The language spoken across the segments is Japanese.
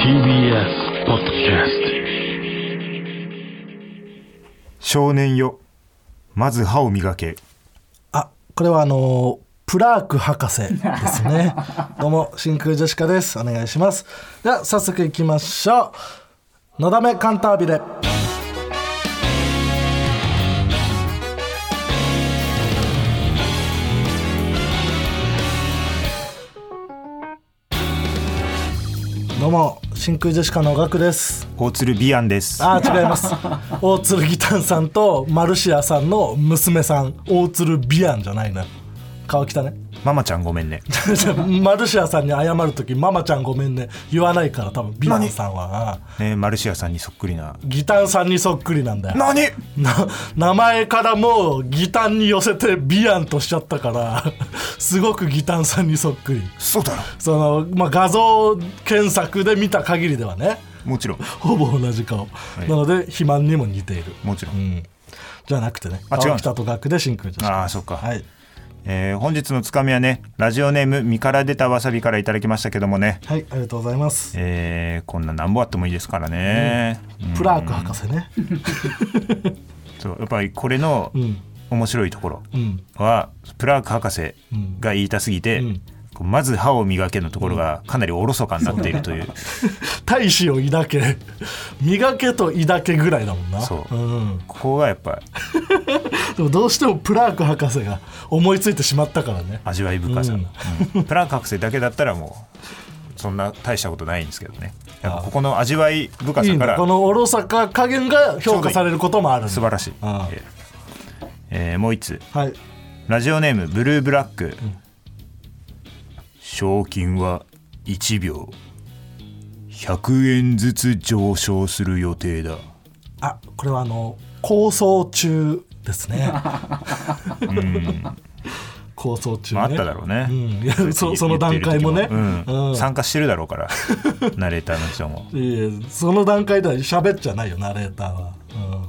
TBS ポッドキャス少年よまず歯を磨けあこれはあのープラーク博士ですねどうも真空ジェシカですお願いしますでは早速いきましょうのだめカンタービレどうも真空ジェシカのガクです大鶴ビアンですあー違います大鶴ギタンさんとマルシアさんの娘さん大鶴ビアンじゃないな川北ね ママちゃんごめんねマルシアさんに謝る時「ママちゃんごめんね」言わないから多分ビアンさんはねマルシアさんにそっくりなギタンさんにそっくりなんだよ何な名前からもうギタンに寄せてビアンとしちゃったからすごくギタンさんにそっくりそうだろその、まあ、画像検索で見た限りではねもちろんほぼ同じい顔、なので肥満にも似ているもちろん、じゃなくてねあ違うん川です北と学で真空ジェシカああそっかはいえー本日のつかみはねラジオネーム身から出たわさびからいただきましたけどもね、はいありがとうございますえーこんな何ぼあってもいいですからね、うんプラーク博士ねそうやっぱりこれのうん面白いところうんは、プラーク博士が言いたすぎて、んこうまず歯を磨けのところがかなりおろそかになっているという、大志を抱け 磨けと抱けぐらいだもんなそううん、ここがやっぱでもどうしてもプラーク博士が思いついてしまったからね味わい深さ、うんうんプラーク博士だけだったらもうそんな大したことないんですけどねやっぱここの味わい深いさいかねらこのおろさか加減が評価されることもあるんだ素晴らしい、えああーえーもう一つはいラジオネームブルーブラック、賞金は1秒100円ずつ上昇する予定だあこれはあの構想中で すね構想中、ねまあ、あっただろうね、うんいやそその言っ段てる階時もね、うんうん参加してるだろうからナレーターの人 もいやその段階では喋っちゃないよナレーターは、うん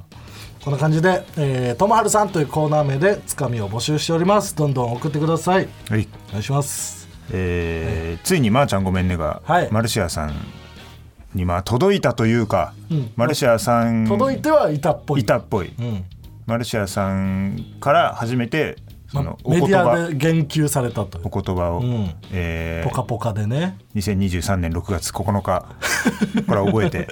こんな感じで「えーともはるさん」というコーナー名でつかみを募集しておりますどんどん送ってくださいはいお願いしますえーついに「まーちゃんごめんねが」はいマルシアさんにまあ届いたというか、マルシアさん届いてはいたっぽいいたっぽい、うんマルシアさんから初めてそのおメ言ディア葉で言及されたというお言葉を、んえーポカポカでね2023年6月9日 これは覚えて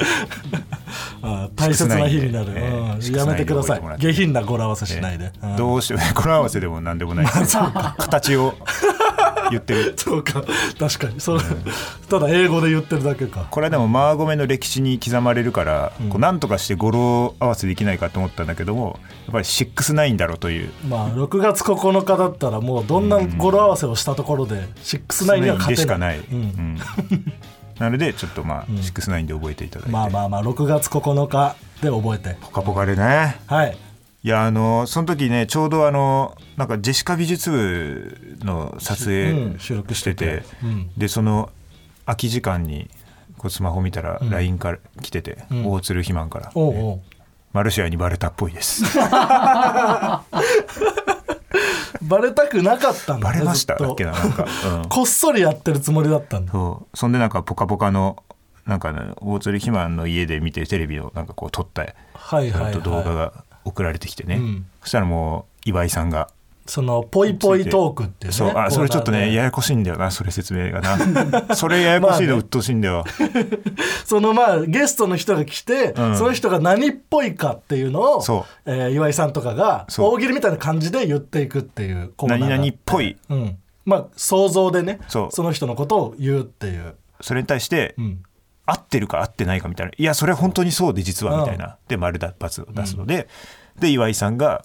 あ大切な日になる、少ないんでえうんーやめてくださ少ないで覚えてもらいって下品な語呂合わせしないで、うんどうしてもこれ合わせでも何でもない です形を言ってるそうか確かにそう、ただ英語で言ってるだけかこれはでもマーゴメの歴史に刻まれるから、こうなんとかして語呂合わせできないかと思ったんだけどもやっぱり69だろうというまあ6月9日だったらもうどんな語呂合わせをしたところで69には勝でしてかなないい、ううんんなのでちょっとまあ、69で覚えていただいて、まあまあまあ6月9日で覚えてポカポカでねはいいやあのその時ねちょうどあのなんかジェシカ美術部の撮う影ん収録ししててて、てうんでその空き時間にこうスマホ見たら LINE から来てて、大鶴肥満から、おうおうマルシアにバレたっぽいです」バレたくなかったんだバねレましたずだっとっけななんか、うんこっそりやってるつもりだったんだそうそんでなんか「ぽかぽか」のなんか、ね、大鶴肥満の家で見てるテレビをなんかこう撮ったはいはあい、と動画はい、が送られてきてね、うんそしたらもう岩井さんがそのぽいぽいトークっていうねそうあそれちょっとコーナーねでややこしいんだよなそれ説明が なそれややこしいのまあね鬱陶しいんだ よ、そのまあゲストの人が来て、んその人が何っぽいかっていうのをそうえー岩井さんとかがそう大喜利みたいな感じで言っていくっていうコーナー何が々っぽいうん、まあ想像でねそそうの人のことを言うっていう、それに対して、うん、合ってるか合ってないかみたいな「いやそれは本当にそうで実は」みたいなで丸だ×を出すので、で岩井さんが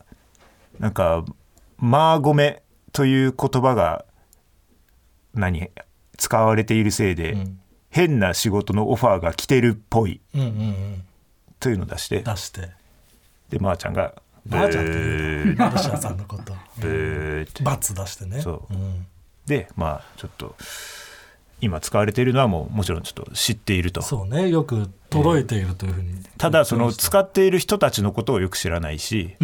なんか「マーゴメ」という言葉が何使われているせいで、ん変な仕事のオファーが来てるっぽいうんうんうんというのを出して出してでまー、ちゃんが「ブまーちゃんってーロシアさんの ことブー」って罰出してねそうんでまあちょっと今使われているのはもうもちろんちょっと知っていると。そうねよく届いているというふうに、ただその使っている人たちのことをよく知らないし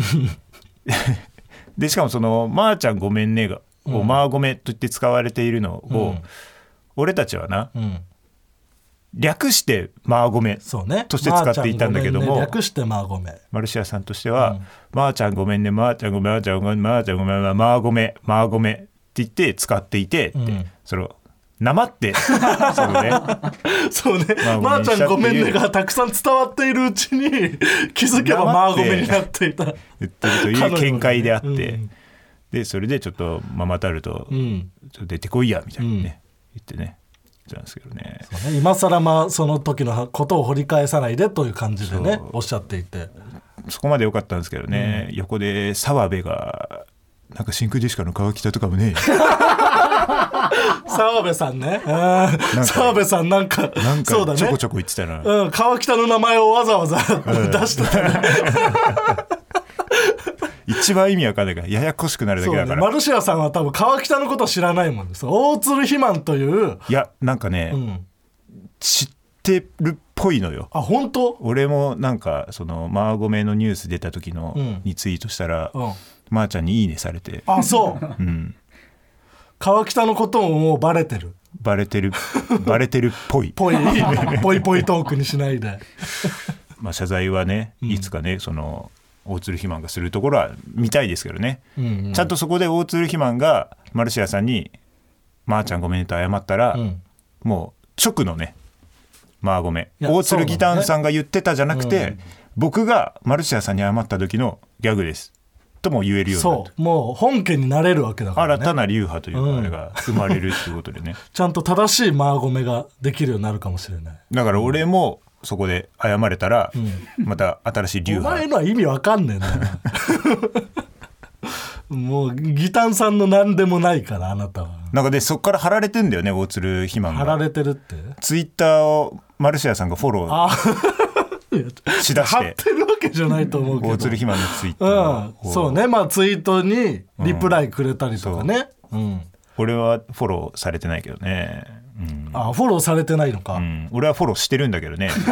でしかもその「まーちゃんごめんね」が「をまーごめ」と言って使われているのを、俺たちはなうん略してマーゴメそうねとして使っていたんだけどまーちも、ゃんごめね略してまあ ごめんマルシアさんとしては「まーちゃんごめんねまーちゃんごめんまーちゃんごめんまーちゃんごめんまーごめんまーごめん」って言って使っていてって、んそのなまってそのねそうねまあごめんまーちゃんごめんしちゃっていねうがたくさん伝わっているうち に気づけばまあごめんになっていた言ってるという見解であって、彼女のねうんでそれでちょっとママタルトうちょんっと出てこいやみたいなね、言ってねそうなんですけどねそうね今更まあその時のことを掘り返さないでという感じでねそうおっしゃっていてそこまで良かったんですけどね、横で澤部が「なんか真空ジェシカの川北とかも ね澤部さんねうん澤部さんなんかなんそうかだちょこねちょこ言ってたな」うん、川北の名前をわざわざん出してたね。一番意味わかんないからややこしくなるだそうけねだ。から、マルシアさんは多分川北のこと知らないもんです。大鶴肥満という、いやなんかね、うん、知ってるっぽいのよあ、本当俺もなんかそのマーゴメのニュース出た時のうんにツイートしたら、うん。まーちゃんに「いいね」されて、あ、そう。 うん、川北のことももうバレてる。バレ てるバレてるっぽい ぽい、ぽいぽいトークにしないで。まあ、謝罪はねいつかね、その大鶴肥満がするところは見たいですけどね、うんうんちゃんとそこで大鶴肥満がマルシアさんに「まー、ちゃんごめんね」と謝ったら、うんもう直のね「まあごめん」いや大鶴ギターンさんが言ってたじゃなくて、僕がマルシアさんに謝った時のギャグですとも言えるようになっそたう。もう本家になれるわけだから、新ね。たな流派というかあれが生まれるっていうことでね、ちゃんと正しいマーゴメができるようになるかもしれない。だから俺もそこで謝れたら、また新しい流お前派のは意味わかんねえんだよもうギタンさんの何でもないからあなたはなんかでそこから貼られてんだよね大鶴肥満貼がられてるってツイッターをマルシアさんがフォローあしだし貼っててるわけじゃないと思うけど大鶴肥満のツイッターうをんそうねまあツイートにリプライくれたりとかね、うん俺はフォローされてないけどね、うんあフォローされてないのか、うん俺はフォローしてるんだけどねとっく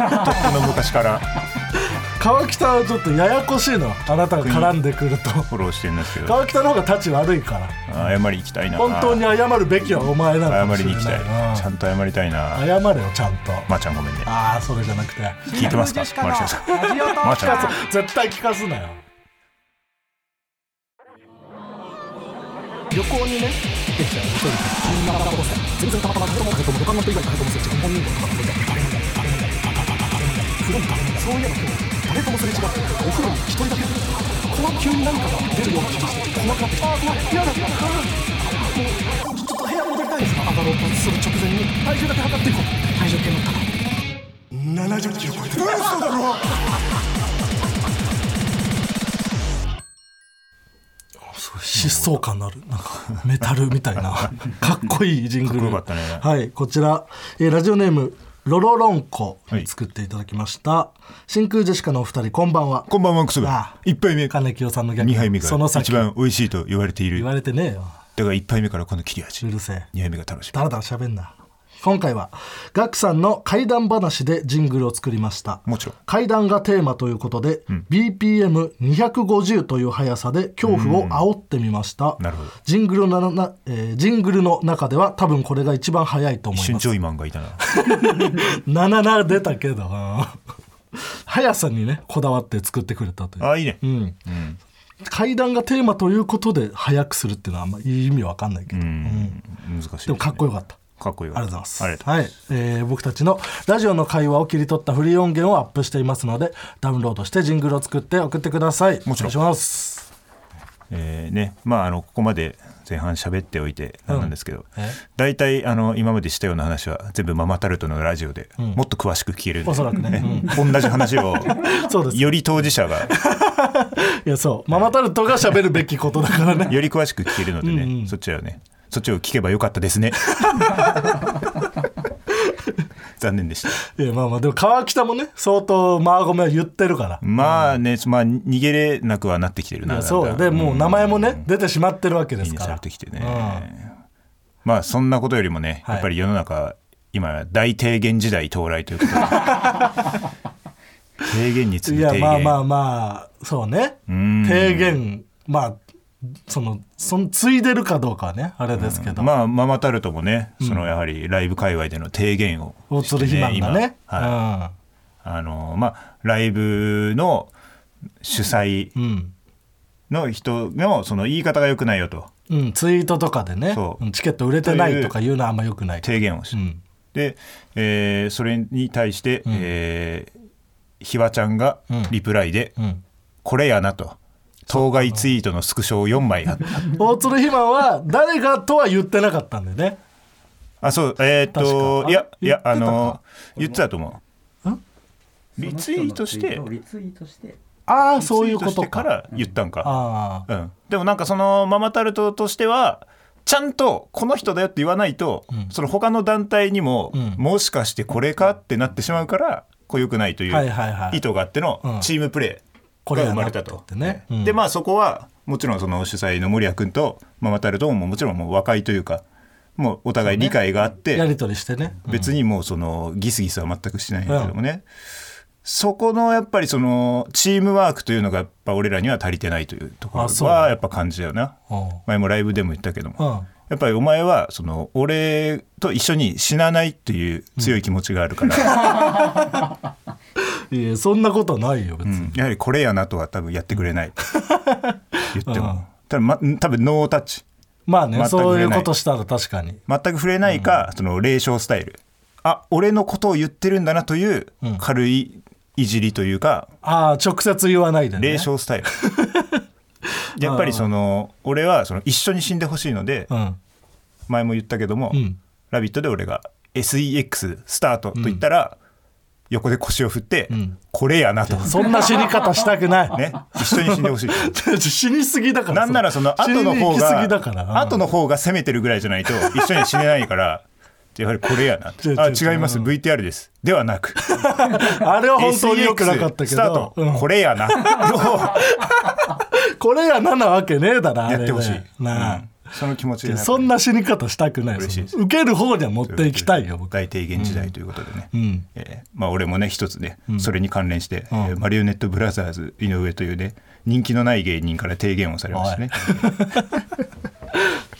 の昔から川北はちょっとややこしいのあなたが絡んでくるとフォローしてるんですけど川北の方が立ち悪いから謝り行きたいな本当に謝るべきはお前なのか謝もりしにれ行きなたいいなちゃんと謝りたいな謝れよちゃんと、まー、ちゃんごめんねああそれじゃなくて聞いてますかマルシアさんマーちゃん絶対聞かすなよ旅行にね疾走感のあるなんかメタルみたい なかっこいいジングルかっこよかったねはいこちら、えーラジオネームロロロンコはい作っていただきました、真空ジェシカのお二人こんばんはこんばんはクソあがあ1杯目金清さんの逆2杯目そのが先一番美味しいと言われている言われてねえよだから1杯目からこの切れ味う2るせえ杯目が楽しみだらだら喋んな今回はガクさんの怪談話でジングルを作りましたもちろん怪談がテーマということで、BPM250 という速さで恐怖を煽ってみました、なるほどジングルのなな、えージングルの中では多分これが一番速いと思一い瞬ますジョイマンがいたな77出たけど 速さにねこだわって作ってくれたというあいいねうん怪談がテーマということで速くするっていうのはあんまいい意味わかんないけど、うん難しいですねでもかっこよかったかっこよあかりっがとうござたいあます。りがとうはい、えー僕たちのラジオの会話を切り取ったフリー音源をアップしていますので、ダウンロードしてジングルを作って送ってください。もちろんお願いします。えーねまああのここまで前半喋っておいてなんなんですけど、え大体あの今までしたような話は全部ママタルトのラジオでもっと詳しく聞けるんでおそらくね同じ話 をそうです。いより当事者がやそう、ママタルトが喋るべきことだから ね。より詳しく聞けるのでねそっちはねそっちを聞けばよかったです ね残念でしたいやまあまあでも川北もね、相当マーゴメは言ってるから。まあね、まあ逃げれなくはなってきてるいなやそうでもう名前もね出てしまってるわけで気すにかされらてきてね、まあそんなことよりもね、はいやっぱり世の中今大低減時代到来というこ とで低減にい次ぐや低減まあまあまあそうねん提言まあそのそのついでるかどうかはねあれですけど、まあママタルトもね、そのやはりライブ界隈での提言を大して鶴ひまんがね、今はいあのまあライブの主催うん、うんの人のその言い方が良くないよとうん、ツイートとかでねそううんチケット売れてないとか言うのはあんまよくないけど提言をしうて、んで、えーそれに対して、えーひわちゃんがリプライでうん「これやな」と当該ツイートのスクショを4枚貼った大鶴ひまんは誰がとは言ってなかったんでねあそうえーっ確とかいやいやああ言ってたかの言ってたと思うんリツイートしてその人のツイートをリツイートしてああそういうこリツイートしとてかから言ったんか、ああうん、でもなんかそのママタルトとしてはちゃんとこの人だよって言わないと、その他の団体にも、うんもしかしてこれかってなってしまうからこう良くないといはいうはいはい意図があってのうんチームプレーが生まれたとこ。れやなって言ってねうんでまあそこはもちろんその主催の森谷君とママタルトももちろんもう和解というかもうお互い理解があって、やり取りしてね、うん別にもうそのギスギスは全くしないんだけどもね、そこのやっぱりそのチームワークというのがやっぱ俺らには足りてないというとこあそろうはやっぱ感じだよなうん前もライブでも言ったけども、うんやっぱりお前はその俺と一緒に死なないっていう強い気持ちがある から、いやそんなことないよ別うに、んやはりこれやなとは多分やってくれない言っても、多分ま、多分ノータッチまあね全くそうい触れうなこいとしたら確かに全く触れないか、その霊障スタイルあ俺のことを言ってるんだなという軽いいじりというか、ああ直接言わないでね霊障ス タイルやっぱりその俺はその一緒に死んでほしいので、うん前も言ったけども「うんラビット!」で俺が「SEX スタート」と言ったら、横で腰を振って「んこれやな」と、そんな死に方したくない、ね、一緒に死んでほしい 死にすぎだからなんならその後の方死に行き過がぎだから、うん後の方が攻めてるぐらいじゃないと一緒に死ねないからやはりこれやな違うあ違う違います VTR ですではなくあれは 本当に良くなかった SEX けスタートど、うんこれやな これやななわけねえだろあれやねってほしい、なあ、うんその気持ちいでやそんな死に方したくない嬉しいですその受ける方には持っていきたいよ僕大提言時代ということでね、んえーまあ、俺もね一つね、それに関連して、えーマリオネットブラザーズ井上というね人気のない芸人から提言をされましたね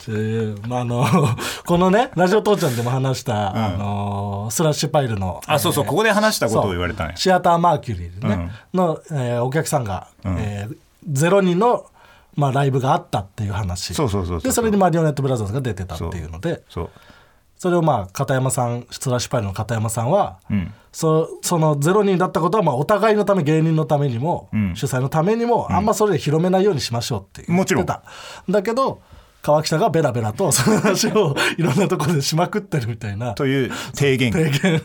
えーまああの このね「ラジオ父ちゃん」でも話した、あのスラッシュパイルのあそうそうここで話したことを言われたねシアターマーキュリーでね、の、えーお客さんが、えーゼロ人の、まあ、ライブがあったっていう話そうそうそうそうでそれにマリオネットブラザーズが出てたっていうのでそうそれをまあ片山さんスラッシュパイルの片山さんは、うんそそのゼロ人だったことはまあお互いのため芸人のためにも、ん主催のためにもあんまそれで広めないようにしましょうって言もっちてろんた、だけど川北がベラベラとその話をいろんなところでしまくってるみたいなという提言提言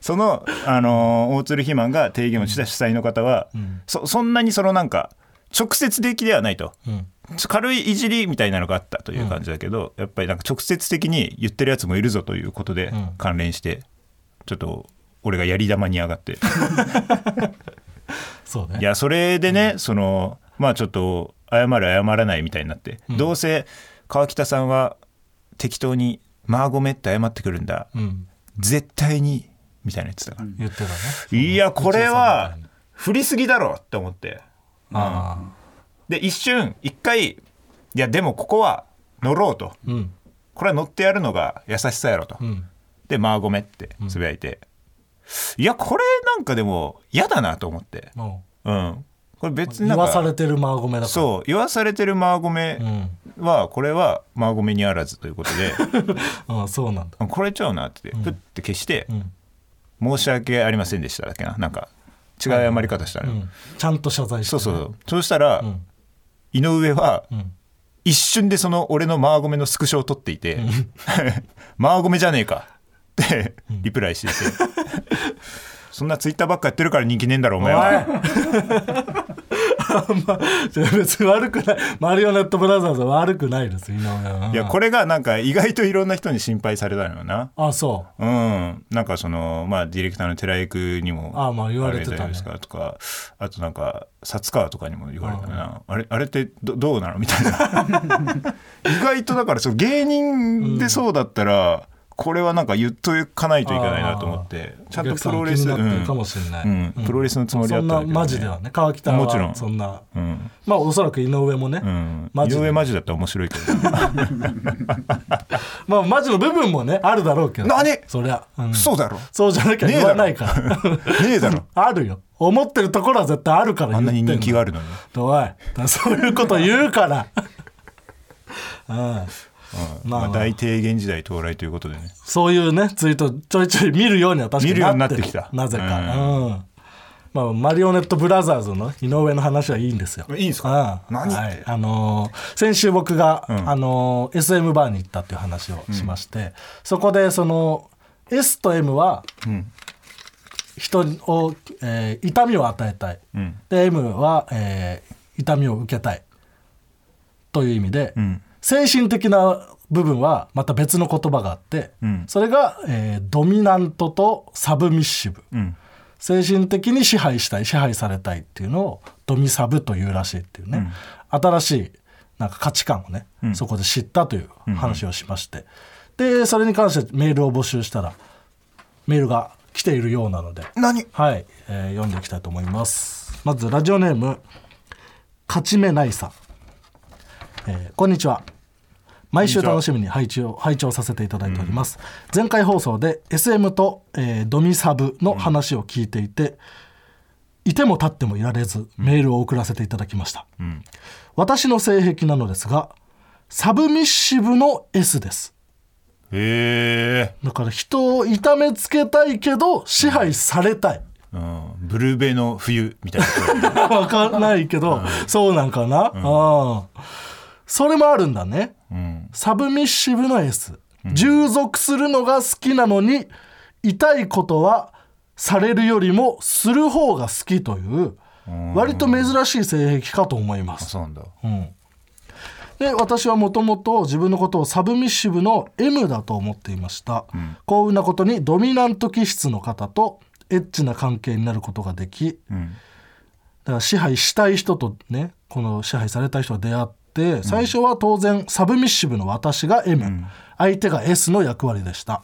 その、あのー大鶴ひまんが提言をした主催の方は、そそんなにそのなんか直接的ではないと、ちょ軽いいじりみたいなのがあったという感じだけど、やっぱりなんか直接的に言ってるやつもいるぞということで関連して、ちょっと俺がやり玉に上が ってそうねいやそれでね、そのまあちょっと謝る謝らないみたいになって、どうせ川北さんは適当に「マーゴメって謝ってくるんだ、うん、絶対に」みたいなやつだから。言ってたねいやこれは落合さんみ振りすぎだろって思ってあで一瞬一回いやでもここは乗ろうとあうんこれは乗ってやるのが優しさやろと、うんで「まあごめ」ってつぶやいて、いやこれなんかでも嫌だなと思ってもうんこれ別うにな言んかわされてるマーゴメだからそう言わされてるマーゴメんはこれはマーゴメにあらずということ で、ああそうなんだあこれちゃうなってプッて消して、ん申し訳ありませんでした」だっけななんか違う謝り方したのよ、うんちゃんと謝罪してそうね そうそうしたら、井上は、一瞬でその俺のマーゴメのスクショを撮っていて「 マーゴメじゃねえか」ってリプライしてて、そんなツイッターばっかやってるから人気ねえんだろおおい前は。あんま別に悪くないマリオネットブラザーズは悪くないです井上はいやこれがなんか意外といろんな人に心配されたのよな。あそうん、なんかそのまあディレクターの寺井君にもあまあ言われてたあじねゃないですかとかあとなんか薩川とかにも言われたなあれあれってどどう なのみたいな意外とだからそう芸人でそうだったら、これはなんか言っとかないといけないなと思ってちゃんとプロレスお客さん気になってうるんかもしれない、うんプロレスのつもりだったんだそけどねんなマジではね川北はもちろんそんな、うんまあおそらく井上もね、うん、マジ井で上マジだったら面白いけど、まあマジの部分もねあるだろうけど何そりゃ、う んそうだろそうじゃなきゃねえ言だわろないから ねえだろ あるよ思ってるところは絶対あるからあん言なってにんの人気があるのに おいだからそういうこと言うから うんうんまあまあ、大低減時代到来ということでねそういうねツイートちょいちょい見るようには確かに見るようにななっっててるきたなぜか、うんまあ、マリオネットブラザーズの井上の話はいいんですよいいんですあかあ何ってはいあのー先週僕が、んあのー SM バーに行ったっていう話をしまして、そこでその S と M はうん人を、えー痛みを与えたい、うんで M は、えー痛みを受けたいという意味で、うん精神的な部分はまた別の言葉があって、うんそれが、えードミナントとサブミッシブうん精神的に支配したい支配されたいっていうのをドミサブというらしいっていうね、新しいなんか価値観をね、んそこで知ったという話をしまして、でそれに関してメールを募集したらメールが来ているようなので、何はい、えー読んでいきたいと思いますまずラジオネーム勝ち目ないさん、えーこんにちは毎週楽しみに配置を拝聴させていただいております、前回放送で SM と、えードミサブの話を聞いていて、いても立ってもいられずメールを送らせていただきました、私の性癖なのですがサブミッシブの S ですへえ、だから人を痛めつけたいけど支配されたい、うん、ブルーベの冬みたいな わかんないけど、そうなんかな、うんそれもあるんだね。うんサブミッシブの S。従属するのが好きなのに、痛いことはされるよりもする方が好きという、割と珍しい性癖かと思いまあす。そうなんだうんで私はもともと自分のことをサブミッシブの M だと思っていました、幸運なことにドミナント気質の方とエッチな関係になることができうんだから支配したい人とねこの支配されたい人が出会って最初は当然サブミッシブの私が M、相手が S の役割でした、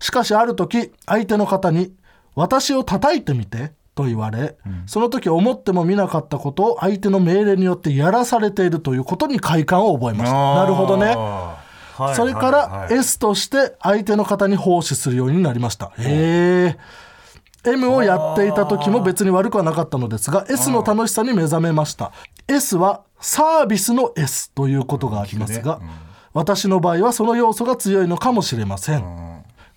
しかしある時相手の方に「私を叩いてみて」と言われ、その時思ってもみなかったことを相手の命令によってやらされているということに快感を覚えましたなるほどねはいはいそれからはい S として相手の方に奉仕するようになりました。へえ。M をやっていた時も別に悪くはなかったのですが S の楽しさに目覚めました S はサービスの S ということがありますが、うん聞くね私の場合はその要素が強いのかもしれません、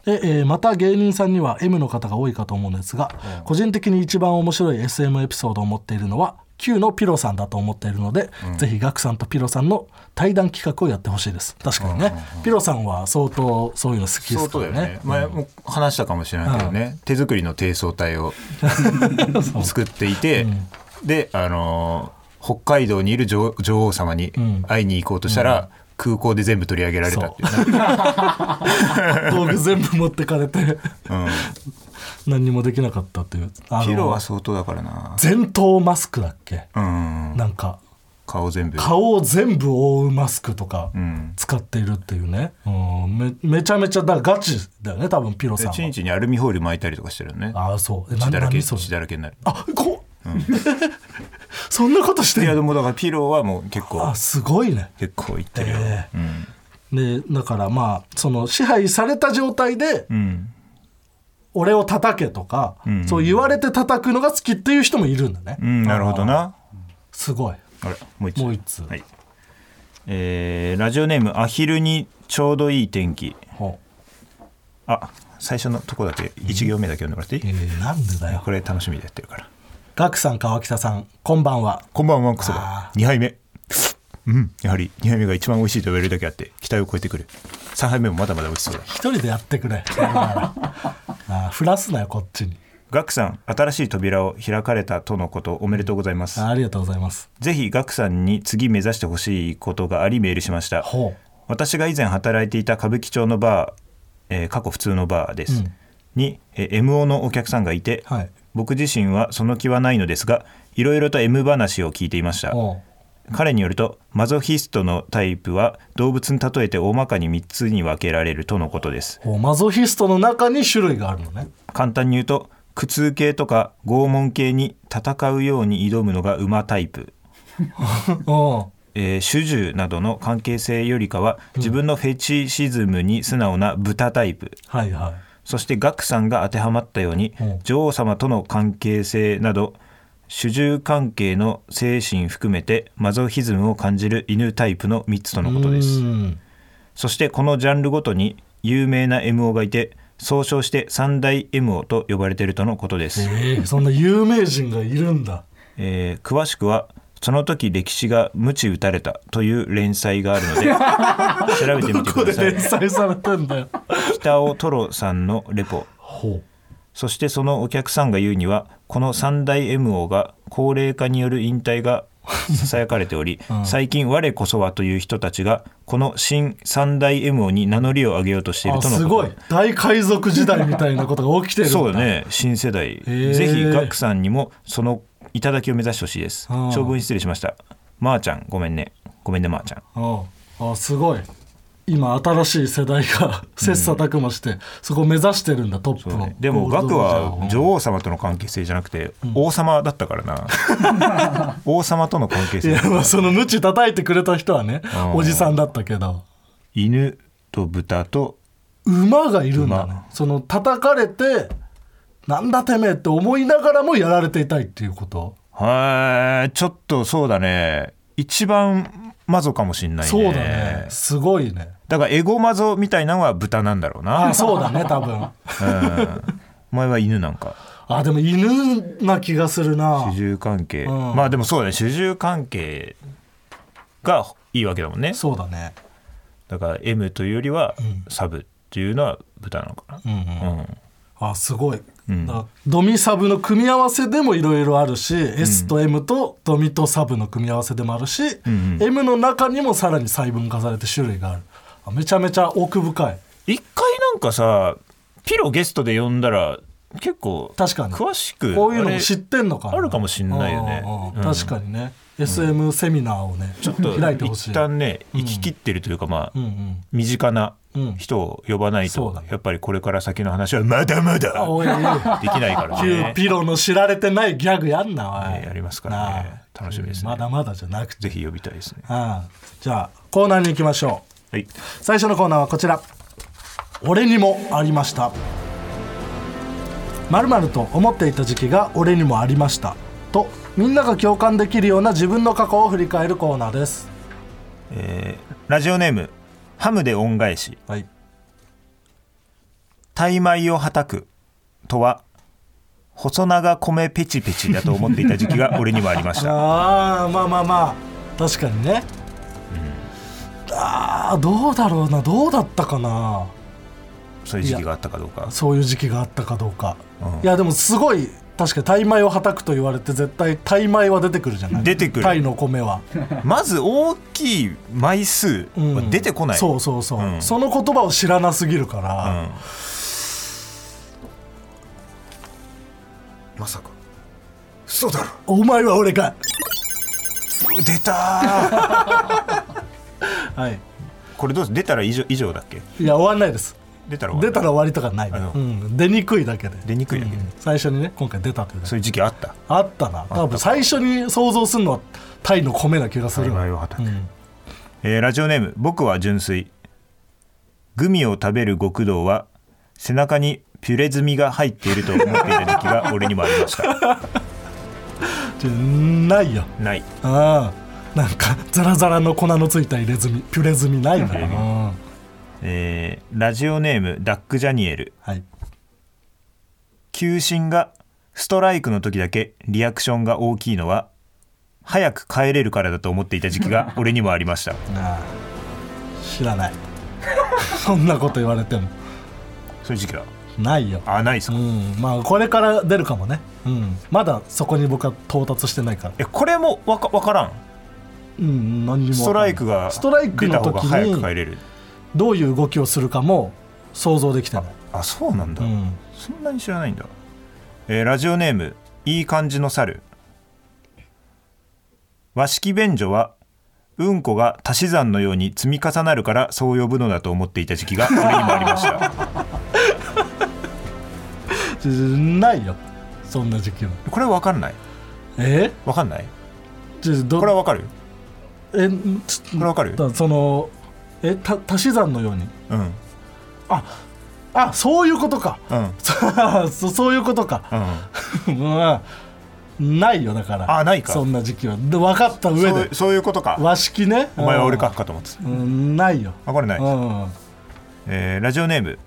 でえーまた芸人さんには M の方が多いかと思うんですが、個人的に一番面白い SM エピソードを持っているのは Q のピロさんだと思っているので、ぜひガクさんとピロさんの対談企画をやってほしいです確かにね、ピロさんは相当そういうの好きで相すか当だらよねね前も話したかもしれないけどね、手作りの低層体 を作っていて、であのー北海道にいる女王女王様に会いに行こうとしたら、空港で全部取り上げられたっていうね道具全部持ってかれて うん何にもできなかったというあヒロのは相当だからな前頭マスクだっけうんなんか顔全部顔を全部覆うマスクとかうん使っているっていうね、うん、めめちゃめちゃだガチだよね多分ピロさんではチンチンにアルミホイル巻いたりとかしてるよねああそうえな血だらけ何それ血だらけになるあこ、 そんなことしていやるでもだからピローはもう結構あすごいね結構いってるよ、えうんでだからまあその支配された状態でうん「俺を叩け」とか、んそう言われて叩くのが好きっていう人もいるんだね、うん、なるほどなすごいあれもう一つもう一つはいえーラジオネームアヒルにちょうどいい天気ほあ最初のとこだけ1行目だけ読んでもらっていい、うえーなんでだよこれ楽しみでやってるからガクさん川北さんこんばんはこんばんはクソあだ2杯目うんやはり2杯目が一番美味しいと言われるだけあって期待を超えてくる3杯目もまだまだ美味しそうだ一人でやって くれああ振らすなよこっちにガクさん新しい扉を開かれたとのことおめでとうございますあありがとうございますぜひガクさんに次目指してほしいことがありメールしましたほう私が以前働いていた歌舞伎町のバー、えー過去普通のバーです、うんに、えー MO のお客さんがいて、はい僕自身はその気はないのですがいろいろと M 話を聞いていましたおう彼によるとマゾヒストのタイプは動物に例えて大まかに3つに分けられるとのことですほうマゾヒストの中に種類があるのね簡単に言うと苦痛系とか拷問系に戦うように挑むのが馬タイプ、うんえー主従などの関係性よりかは自分のフェチシズムに素直な豚タイプ、はいはいそしてガクさんが当てはまったように、うん女王様との関係性など主従関係の精神含めてマゾヒズムを感じる犬タイプの3つとのことでうすんそしてこのジャンルごとに有名な MO がいて総称して三大 MO と呼ばれているとのことです、えーそんな有名人がいるんだえー詳しくはその時歴史が鞭打たれたという連載があるの で調べてみてください連載されてんだよ北尾トロさんのレポほそしてそのお客さんが言うにはこの三大 MO が高齢化による引退がささやかれており、 うん最近我こそはという人たちがこの新三大 MO に名乗りを上げようとしているあとのことすごい大海賊時代みたいなことが起きてるんだそうだね新世代、ーぜひガクさんにもその頂きを目指してほしいです、うん長文失礼しましたまー、ちゃんごめんねごめんねまー、ちゃんうんあすごい今新しい世代が切磋琢磨して、そこを目指してるんだトッそプうを、ねでもゴーガルクドロジャーをは女王様との関係性じゃなくて王様だったからな、 王様との関係い性やまあその無知叩いてくれた人はねうんおじさんだったけど犬と豚と馬がいるんだね馬その叩かれてなんだてめえって思いながらもやられていたいっていうことはいちょっとそうだね一番マゾかもしんないねそうだねすごいねだからエゴマゾみたいなのは豚なんだろうなあそう だね多分うんお前は犬なんかあでも犬な気がするな主従関係、うんまあでもそうだね主従関係がいいわけだもんねそうだねだから M というよりはサブっていうのは豚なのかなうん、あすごい、んだからドミサブの組み合わせでもいろいろあるし、S と M とドミとサブの組み合わせでもあるし、ん M の中にもさらに細分化されて種類があるあめちゃめちゃ奥深い一回なんかさピロゲストで呼んだら結構確かに詳しくこういうのあもれ知ってんのかなあれあるかもしんないよねうんうんうんうん確かにね SM セミナーをね、ちょっと開いてほしい一旦ね行き切ってるというかまあ、うんうん身近なうん人を呼ばないそうと、だねやっぱりこれから先の話はまだまあだおいおいできないからキュねー。ピロの知られてないギャグやんなおい、ねやりますからねなあ楽しみですねまだまだじゃなくてぜひ呼びたいですね。ああじゃあコーナーに行きましょうはい。最初のコーナーはこちら俺にもありましたまると思っていた時期が俺にもありましたとみんなが共感できるような自分の過去を振り返るコーナーですえーラジオネームハムで恩返しはい「大米をはたく」とは細長米ペチペチだと思っていた時期が俺にもありました。 ああまあまあまあ確かにね、ああどうだろうなどうだったかなそういう時期があったかどうか。そういう時期があったかどうか、うんいやでもすごい確かにタイ米をはたくと言われて絶対タイ米は出てくるじゃない出てくるタイの米はまず大きい枚数は出てこない。そうそうそう、うんその言葉を知らなすぎるから、まさか嘘だろお前は俺か出たーはいこれどうす出たら以上以上だっけいや終わんないです出たら終わ出りたら終わりとかないね、あのうん、出にくいだけで出にくいだけでうん最初にね今回出たというだけそういう時期あったあったな多分最初に想像するのはタイの米な気がする幸いを果たくうんえーラジオネーム「僕は純粋」グミを食べる極道は背中にピュレ済みが入っていると思っていた時期が俺にもありましたじゃないよないああなんかザラザラの粉のついた入れ墨ピュレ墨ないからなえーラジオネームダック・ジャニエルはい球審がストライクの時だけリアクションが大きいのは早く帰れるからだと思っていた時期 が俺にもありましたああ知らない そんなこと言われてもそういう時期だないよあないですうか、んまあこれから出るかもね、うん、まだそこに僕は到達してないからえこれもわかわからんうん何にもストライクがストライク出たの方時が早く帰にれるどういう動きをするかも想像できてない、あそうなんだ、うん、そんなに知らないんだ、えーラジオネームいい感じの猿和式便所はうんこが足し算のように積み重なるからそう呼ぶのだと思っていた時期が俺に もありましたちょないよそんな時期はこれは分かんないえ分かんないちょどこれは分かるえんちこれわかるだ そのえた足し算のようにうんああそういうことか うんうんそそういうことか、うん、ないよだからあないかそんな時期はで分かった上そうでそういうことか和式ねお前は俺うんかかと思ってたうん、ないよあこれない、うんえーラジオネーム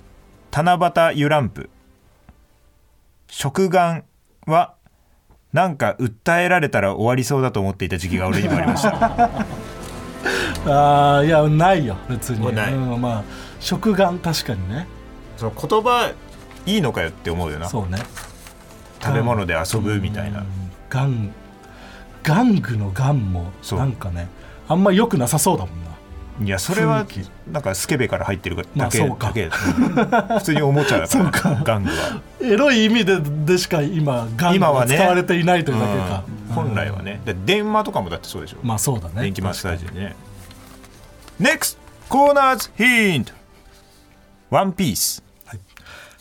七夕湯ランプ食玩はなんか訴えられたら終わりそうだと思っていた時期が俺にもありましたああいやないよ別にもうないうん、まあ食玩確かにね その言葉いいのかよって思うよなそうね食べ物で遊ぶみたいな、ガンガングのガンもそうなんかねあんま良くなさそうだもんないやそれは雰囲なんかスケベから入ってるだけ,、まあそうかだけうん普通におもちゃだ から玩具は、エロい意味ででしか今ガン今がはね使われていないというだけか、うん本来はねで電話とかもだってそうでしょ、まあそうだね電気マッサージでね NEXT コーナーズヒントワンピース、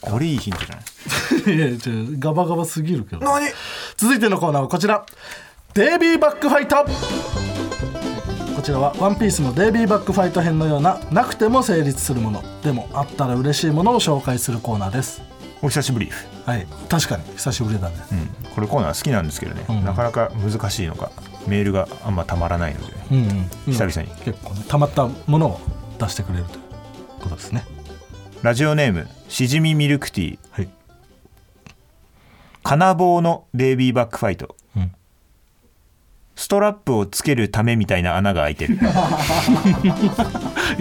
これいいヒントじゃないいやいやちょガバガバすぎるけど何続いてのコーナーはこちらデイビーバックファイトこちらは「ワンピースのデイビーバックファイト編のようななくても成立するものでもあったら嬉しいものを紹介するコーナーですお久しぶり、はい確かに久しぶりだねうん、これコーナー好きなんですけどね、んなかなか難しいのかメールがあんまたまらないので、ねうん、うん、久々に結構ねたまったものを出してくれるということですねラジオネームしじみミルクティーはい金棒のデイビーバックファイト、うんストラップをつけるためみたいな穴が開いて るい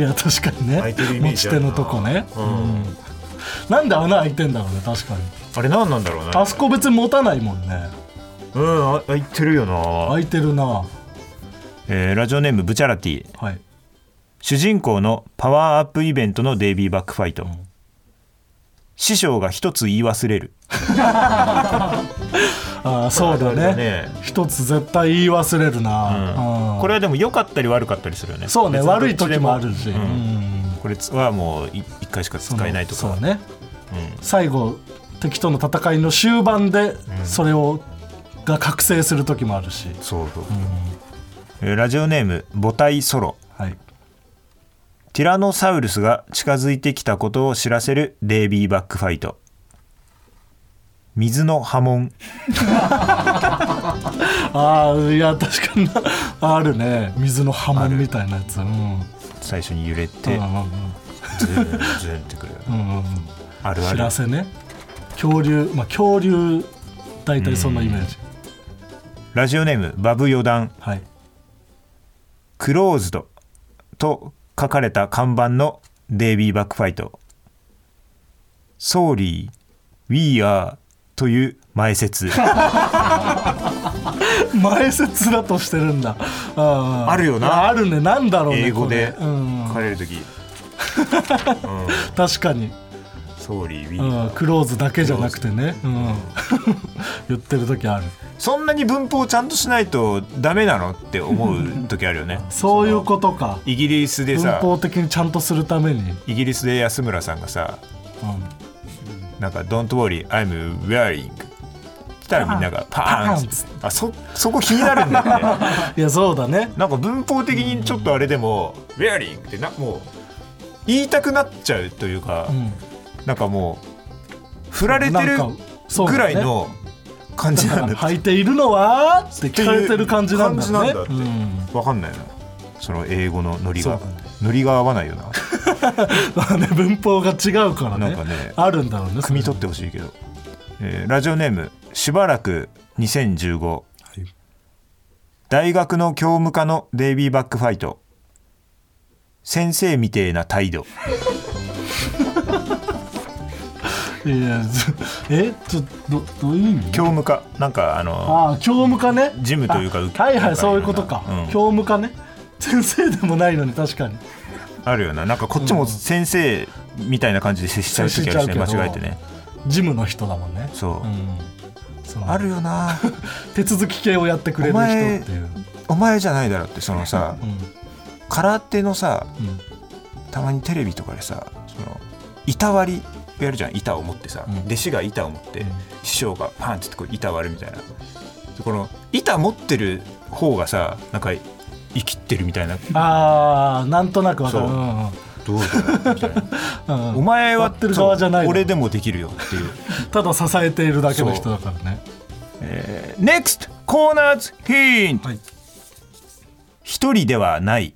や確かにね開いてるイメー持ジちある手なのとこね、ううんんなんで穴開いてんだろうね確かにあれ何なんだろうねあそこ別に持たないもんねうんあ開いてるよな、開いてるなえーラジオネームブチャラティはい主人公のパワーアップイベントのデイビーバックファイト、師匠が一つ言い忘れるああそうあだれだねね一つ絶対言い忘れるな、うんこれはでも良かったり悪かったりするよねそうね別にどっ悪いちで時もあるし、ううんんこれはもうい一回しか使えないとかそうね、最後敵との戦いの終盤でそれを、が覚醒する時もあるしそうそうえーラジオネーム母体ソロはいティラノサウルスが近づいてきたことを知らせるデイビーバックファイト水の波紋ああいや確かになあるね水の波紋みたいなやつうん最初に揺れてうんうんズーンズーンってくるうんうんうんあるあ知るらせね恐竜まあ恐竜大体そんなイメージ、ラジオネームバブ四段はいクローズドと書かれた看板のデイビーバックファイト。ソーリー、ウィーアーという前 説。前説だとしてるんだああるよなあるねなんだろうね英語でこれうん書かれるとき、確かに、ソーリー、ウィうーアー。ん、クローズだけじゃなくてね、うん 言ってる時あるそんなに文法をちゃんとしないとダメなのって思う時あるよね。そういうことかイギリスで文さ、法的にちゃんとするために、うん、 イギリスで安村さんがさ、なんか Don't worry, I'm wearing 来たらみんながパーンってパーあそそこ気になるんだよね。いやそうだねなんか文法的にちょっとあれでも「ウェアリング」ってなもう言いたくなっちゃうというか、うんなんかもう振られてるなんかそうだぐねらいの感じなんだだから履いているのはって聞かれてる感じなんだ感ねじなんだってうんわかんないなその英語のノリが、そうだねノリが合わないよ なまあね、文法が違うからなねんかねあるんだろうね汲み取ってほしいけど、えーラジオネームしばらく2015、い大学の教務課のデイビーバックファイト先生みてえな態度それいやずえちょどどういう意味教務課なんかあのああ教務課ねジムというかあ受けはいはなんかいろんないそういうことか、うん教務課ね先生でもないのに確かにあるよななんかこっちも先生みたいな感じで接しちゃう時あるしね接しちゃうけど間違えてねジムの人だもんねそう、ん、そのあるよな手続き系をやってくれる人っていうおお前じゃないだろってそのさうん空手のさうんたまにテレビとかでさその板割りやるじゃん板を持ってさ、うん弟子が板を持って、うん師匠がパンってこう板割るみたいなでこの板持ってる方がさなんか生きってるみたいなあーなんとなくわかるそうどうだろうみた いなうんうんお前は割ってる側じゃないの俺でもできるよっていう ただ支えているだけの人だからねえー NEXT コーナーズヒントはい一人ではない、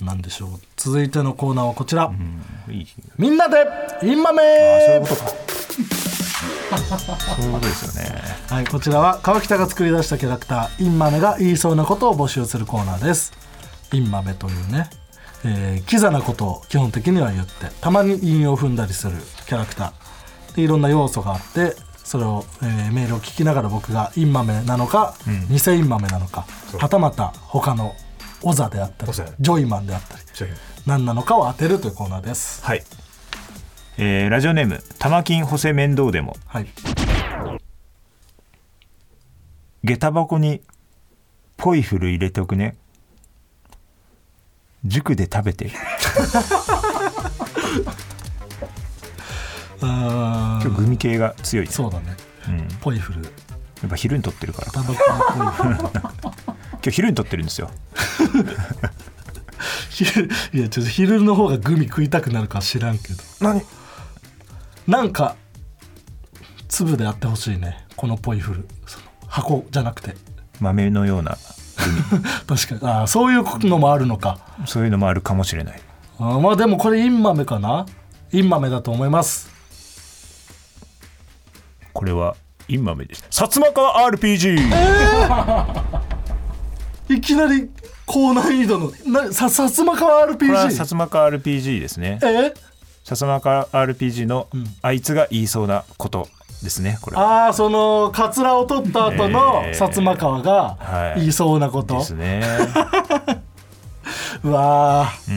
なんでしょう続いてのコーナーはこちら、うん、いいみんなでインマメあそういうことかそういうことですよねはい、こちらは川北が作り出したキャラクターインマメが言いそうなことを募集するコーナーですインマメというね、えーキザなことを基本的には言ってたまに韻を踏んだりするキャラクターでいろんな要素があってそれを、えーメールを聞きながら僕がインマメなのか、偽インマメなのかはたまた他のオザであったりオザジョイマンであったり何なのかを当てるというコーナーですはい、えーラジオネーム「玉金補正面倒でもはい下駄箱にポイフル入れておくね塾で食べてうーん今日グミ系が強いです、そうだねうん、やポイフルっぱ昼に取ってるからタバコのポイフル今日昼に取ってるんですよ昼 いやちょっと昼の方がグミ食いたくなるか知らんけど何なんか粒であってほしいねこのポイフルその箱じゃなくて豆のような確かにああそういうのもあるのかそういうのもあるかもしれないあーまあでもこれインマメかなインマメだと思いますこれはインマメです薩摩川 RPG、いきなり高難易度のなささつまかこれは薩 RPG 摩川 RPG ですねえ薩摩川 RPG のあいつが言いそうなことですねこれはああそのカツラを取った後のえー薩摩川がはい言いそうなこと、です ねうわうん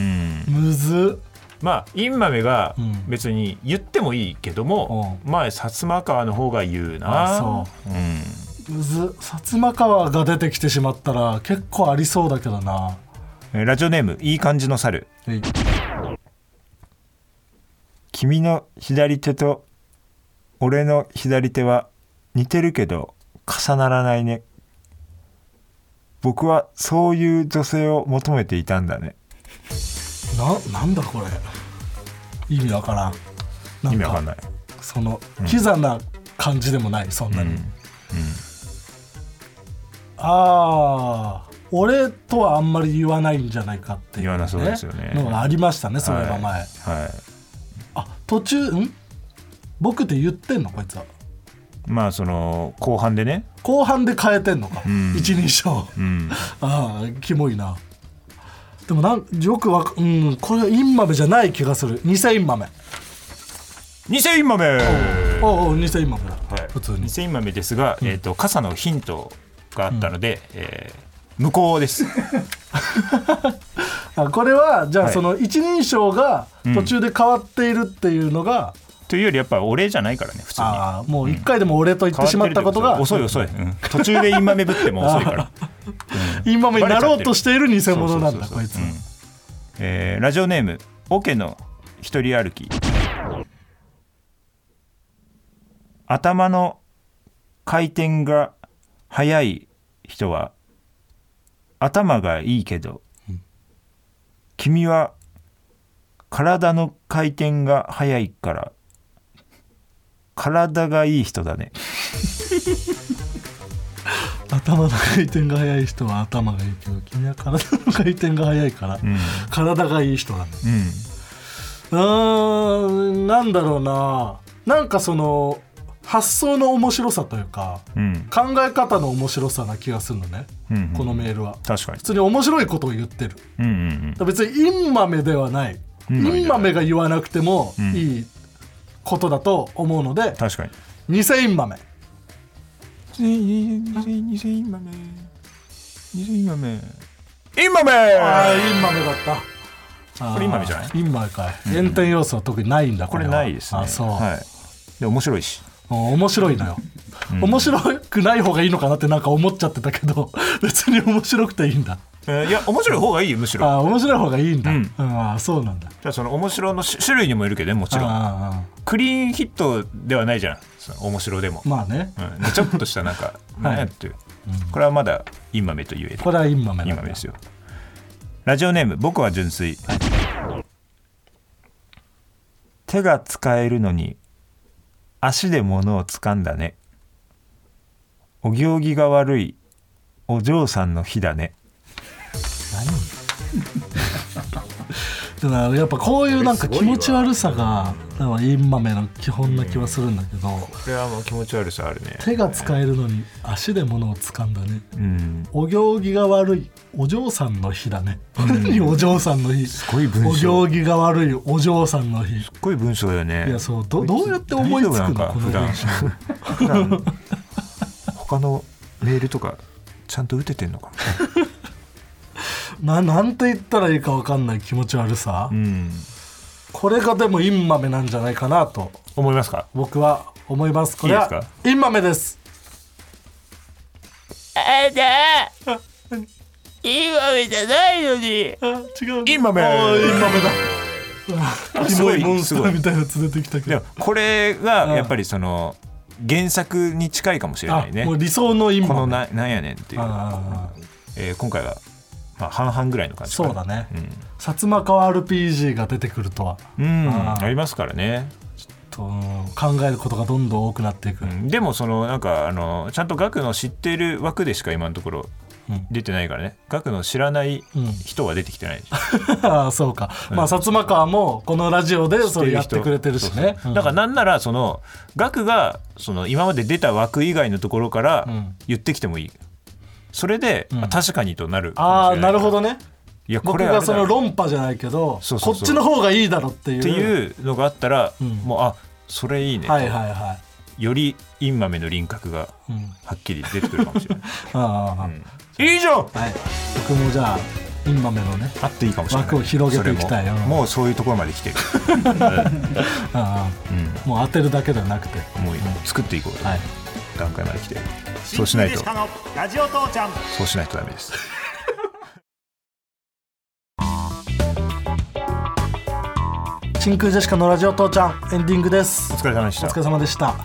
ーむずっまあインマメがん別に言ってもいいけども、まあ薩摩川の方が言うな、あそうん、むず薩摩川が出てきてしまったら結構ありそうだけどなえーラジオネームいい感じの猿えい君の左手と俺の左手は似てるけど重ならないね僕はそういう女性を求めていたんだねななんだこれ意味わからんな意味わかんない、そのキザな感じでもないそんうなに、ん、ああ俺とはあんまり言わないんじゃないかっていう、言わなそうですよねのがありましたねそういえば前、はい、はいあ途中ん僕って言ってんのこいつはまあその後半でね、後半で変えてんのか、ん一人称うん、ああキモいなでもなんよくわかうんこれはインマメじゃない気がする偽インマメ偽インマメおうおう偽インマメだ、はい、普通に2000豆ですが、えー、と傘のヒントがあったので、えー無効です あこれはじゃあはいその一人称が途中で変わっているっていうのが、というよりやっぱお礼じゃないからね普通にああもう一回でも俺と言ってしまったことが、変わってるってことですよ遅い遅い、う ん途中でインマメぶっても遅いからインマメになろうとしている偽物なんだそうそうこそうそういつ、うんえーラジオネームオケの一人歩き頭の回転が速い人は頭がいいけど、君は体の回転が速いから体がいい人だね頭の回転が速い人は頭がいいけど君は体の回転が速いから、体がいい人なんだうんうーんなんだろうななんかその発想の面白さというかうん考え方の面白さな気がするのね、うんうんこのメールは確かに普通に面白いことを言ってるうんうんうん別にインマメではない、インマメが言わなくてもいいことだと思うので、確かに偽インマメ2000 2000豆2000豆インマメああインマメだったあーこれインマメじゃないインマメかい炎天要素は特にないんだここれれはないですねあそう、はい、で面白いしもう面白いのよ面白くない方がいいのかなってなんか思っちゃってたけど 別に面白くていいんだえーいや面白い方がいいよむしろだかあー面白い方がいいんだ、うんあーそうなんだらその面白の種種類にもよるけどねもちろんあクリーンヒットではないじゃんその面白でもー、まあね、うんでちょっとしたなんかなんやっていうこれはまだインマメと言えるこれはインマメインマなんだ メですよラジオネーム僕は純粋手が使えるのに足で物を掴んだねお行儀が悪いお嬢さんの日だねだからやっぱこういうなんか気持ち悪さがだからインマメの基本な気はするんだけど、これはもう気持ち悪さあるね手が使えるのに足で物を掴んだねうんお行儀が悪いお嬢さんの日だね、 何お嬢さんの日ごい文章お行儀が悪いお嬢さんの日すっごい文章だよねいやそうどどうやって思いつく大丈夫なのんかこの普段文章 普段他のメールとかちゃんと打ててんのかなななんて言ったらいいか分かんない気持ち悪さ、うんこれがでもインマメなんじゃないかなと思いますか僕は思いますこれはいいですインマメですあんた、今めじゃないのに。違うインマメおーインマメだすすごごいいモンスすごタいーみたいなやつ出てきたけでどもこれがやっぱりその原作に近いかもしれあないねもう理想のインこマのメななんやねんっていう、あーえー今回はまあ半々ぐらいの感じかなそうだねうん薩摩川 RPG が出てくるとはうんああーりますからね、と考えることがどんどん多くなっていく、うんでもそのなんかあのちゃんと額の知っている枠でしか今のところうん出てないからね額の知らないうん人は出てきてない、ああそうか、まあ薩摩川もこのラジオで それやってくれてるしねそうそうだからなんならその額がその今まで出た枠以外のところからうん言ってきてもいいそれで、んあ確かにとなるかあもしあれいなるほどねいやこ僕れあれがだその論破じゃないけどそうそうそうこっちの方がいいだろっていうっていうのがあったら、うんもうあそれいいね、はいはいはい、よりインマメの輪郭がうん、はっきり出てくるかも しれない、ああ、以上はい僕もじゃあインマメのねあっていいかもしれない枠を広げていきたいそれもうんもうそういうところまで来てる、あうんあもう当てるだけではなくてもう作っていこうと、はい段階まで来てるそうしないと新規弟子科のラジオ父ちゃんそうしないとダメです真空ジェシカのラジオ父ちゃんエンディングですお疲れ様でしおた疲れ様でした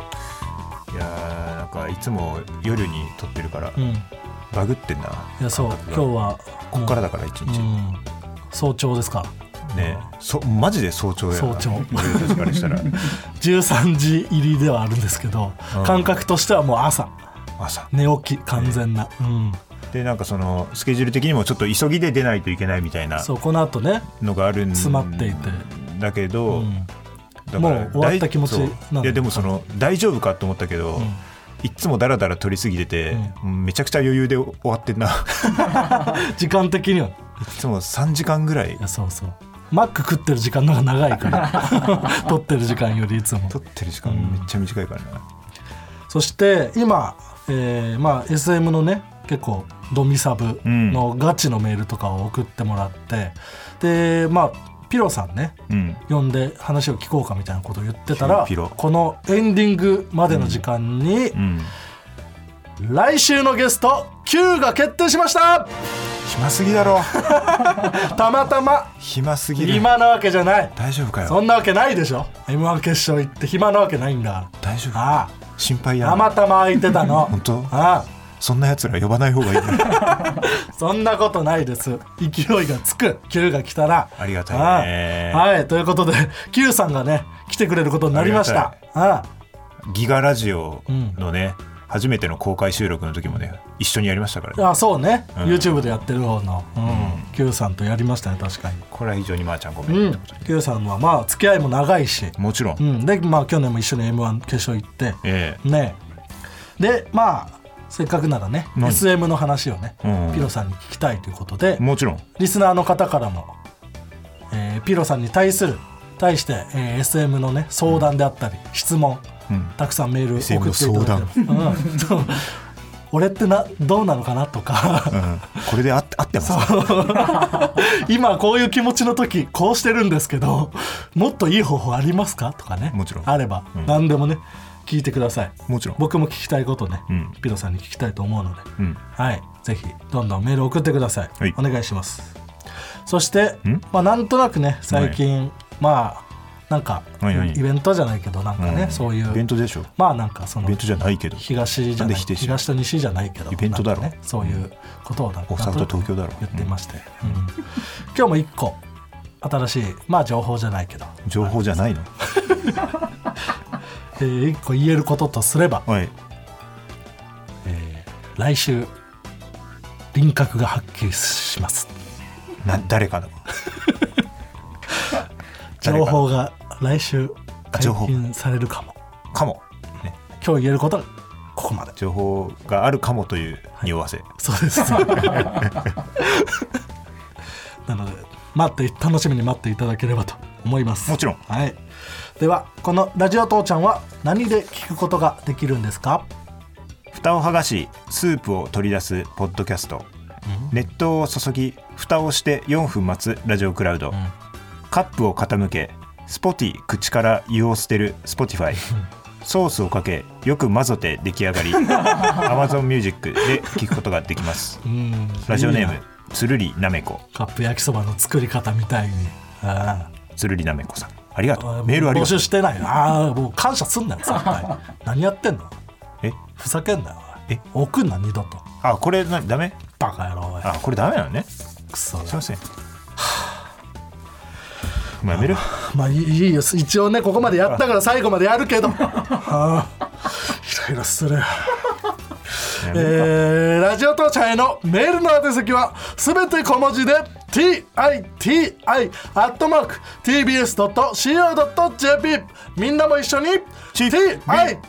いやーなんかいつも夜に撮ってるから、うんいバグってんなやそう今日はこっからだから一日、うん早朝ですかねそマジで早朝やな早朝俺たちからした ら13時入りではあるんですけど、うん感覚としてはもう朝朝寝起き完全な、うん、でなんかそのスケジュール的にもちょっと急ぎで出ないといけないみたいなそうこの後ねのがあるん詰まっていてだけど、うんだからもう終わった気持ちそうなんだいやでもその大丈夫かと思ったけど、いっつもダラダラ取りすぎてて、めちゃくちゃ余裕で終わってんな い時間的にはつも3時間ぐらいいやそうそうマック食ってる時間の方が長いから 撮ってる時間よりいつも撮ってる時間めっちゃ短いからな、そして今、えーまあ、SM のね結構ドミサブのガチのメールとかを送ってもらって、でまあピロさんねうん、呼んで話を聞こうかみたいなことを言ってたらピロピロこのエンディングまでの時間に、うん、来週のゲスト Q が決定しました暇すぎだろたまたま暇すぎる暇なわけじゃない大丈夫かそよんなわけないでしょ m 1決勝行って暇なわけないんだ大丈夫あ心配あやたまたま空いてたの本当あそんなやつら呼ばない方がいいねあそんなことないです勢いがつく Q が来たらありがたいねああはいということで Q さんがね来てくれることになりましたああギガラジオのね、初めての公開収録の時もね一緒にやりましたから、ね、ああそうね、ん YouTube でやってる方の、うん、Q さんとやりましたね確かにこれは非常にまーちゃんごめん、うん Q さんはまあ付き合いも長いし、もちろん、うん、でまあ去年も一緒に m 1決勝行ってええねでまあせっかくならね何 SM の話をね、うんピロさんに聞きたいということでもちろんリスナーの方からも、えーピロさんに対する対して、えー SM のね相談であったり質問、うんたくさんメール送 SM っていただいてますうんそう俺ってなどうなのかなとか、 うんこれであって合ってますか今こういう気持ちの時こうしてるんですけどもっといい方法ありますかとかねもちろんあれば、ん何でもね聞いてくださいもちろん僕も聞きたいことね、うんピロさんに聞きたいと思うので、うんはいぜひどんどんメール送ってください、はいお願いしますそしてんまあ、なんとなくね最近、まあなんかはいはいイベントじゃないけどなんかね、うんそういうイベントでしょまあなんかそイのベントじゃないけど東じなゃんでない否定し東と西じゃないけどイベントだろなんかねそういうことをなんか大阪と東京だろ言ってまして、うん今日も一個新しいまあ情報じゃないけど、情報じゃないのえー、一個言えることとすればはい来週輪郭がはっきりしますな誰かの誰か情報が来週解情報禁されるかもかも、ね、今日言えることはここまで情報があるかもという匂わせ、そうです なので待って楽しみに待っていただければと思いますもちろんはい、ではこの「ラジオ父ちゃん」は何で聞くことができるんですか蓋を剥がしスープを取り出すポッドキャスト、熱湯を注ぎ蓋をして4分待つラジオクラウド、カップを傾けスポティ口から湯を捨てるスポティファイソースをかけよく混ぜて出来上が り Amazon ミュージックで聞くことができますうんラジオネーいいムなつるりなめこカップ焼きそばの作り方みたいにあーつるりなめこさんありがとあうメールあり募がとう集してないなあーもう感謝すんなよ絶対何やってんのえふざけんなよおいえ送んな二度とあこれなダメバカ野郎おいあこれダメなのねすクソいませんもう やめるまあいいいいよ一応ねここまでやったから最後までや るけどあーイライラするやめるえーラジオ当社へのメールの宛先はすべて小文字で TITI.tbs.co.jp みんなも一緒にチッ大き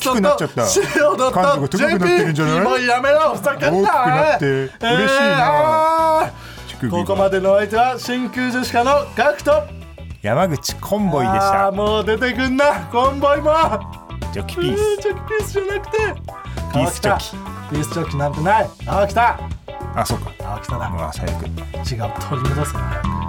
くなっちゃった感度が高くなってるんじゃない TITI.tb.co.jp もうやめろふざけん大きなくなって嬉しいなえーあ乳ー首がここまでのお相手は真空ジェシカのガクト山口コンボイでしたあーもう出てくんなコンボイもジョキえピーースチョキピースじゃなくてピースチョキピースチョキなんてない青北あそうか青北だまあ最悪違う取り戻すな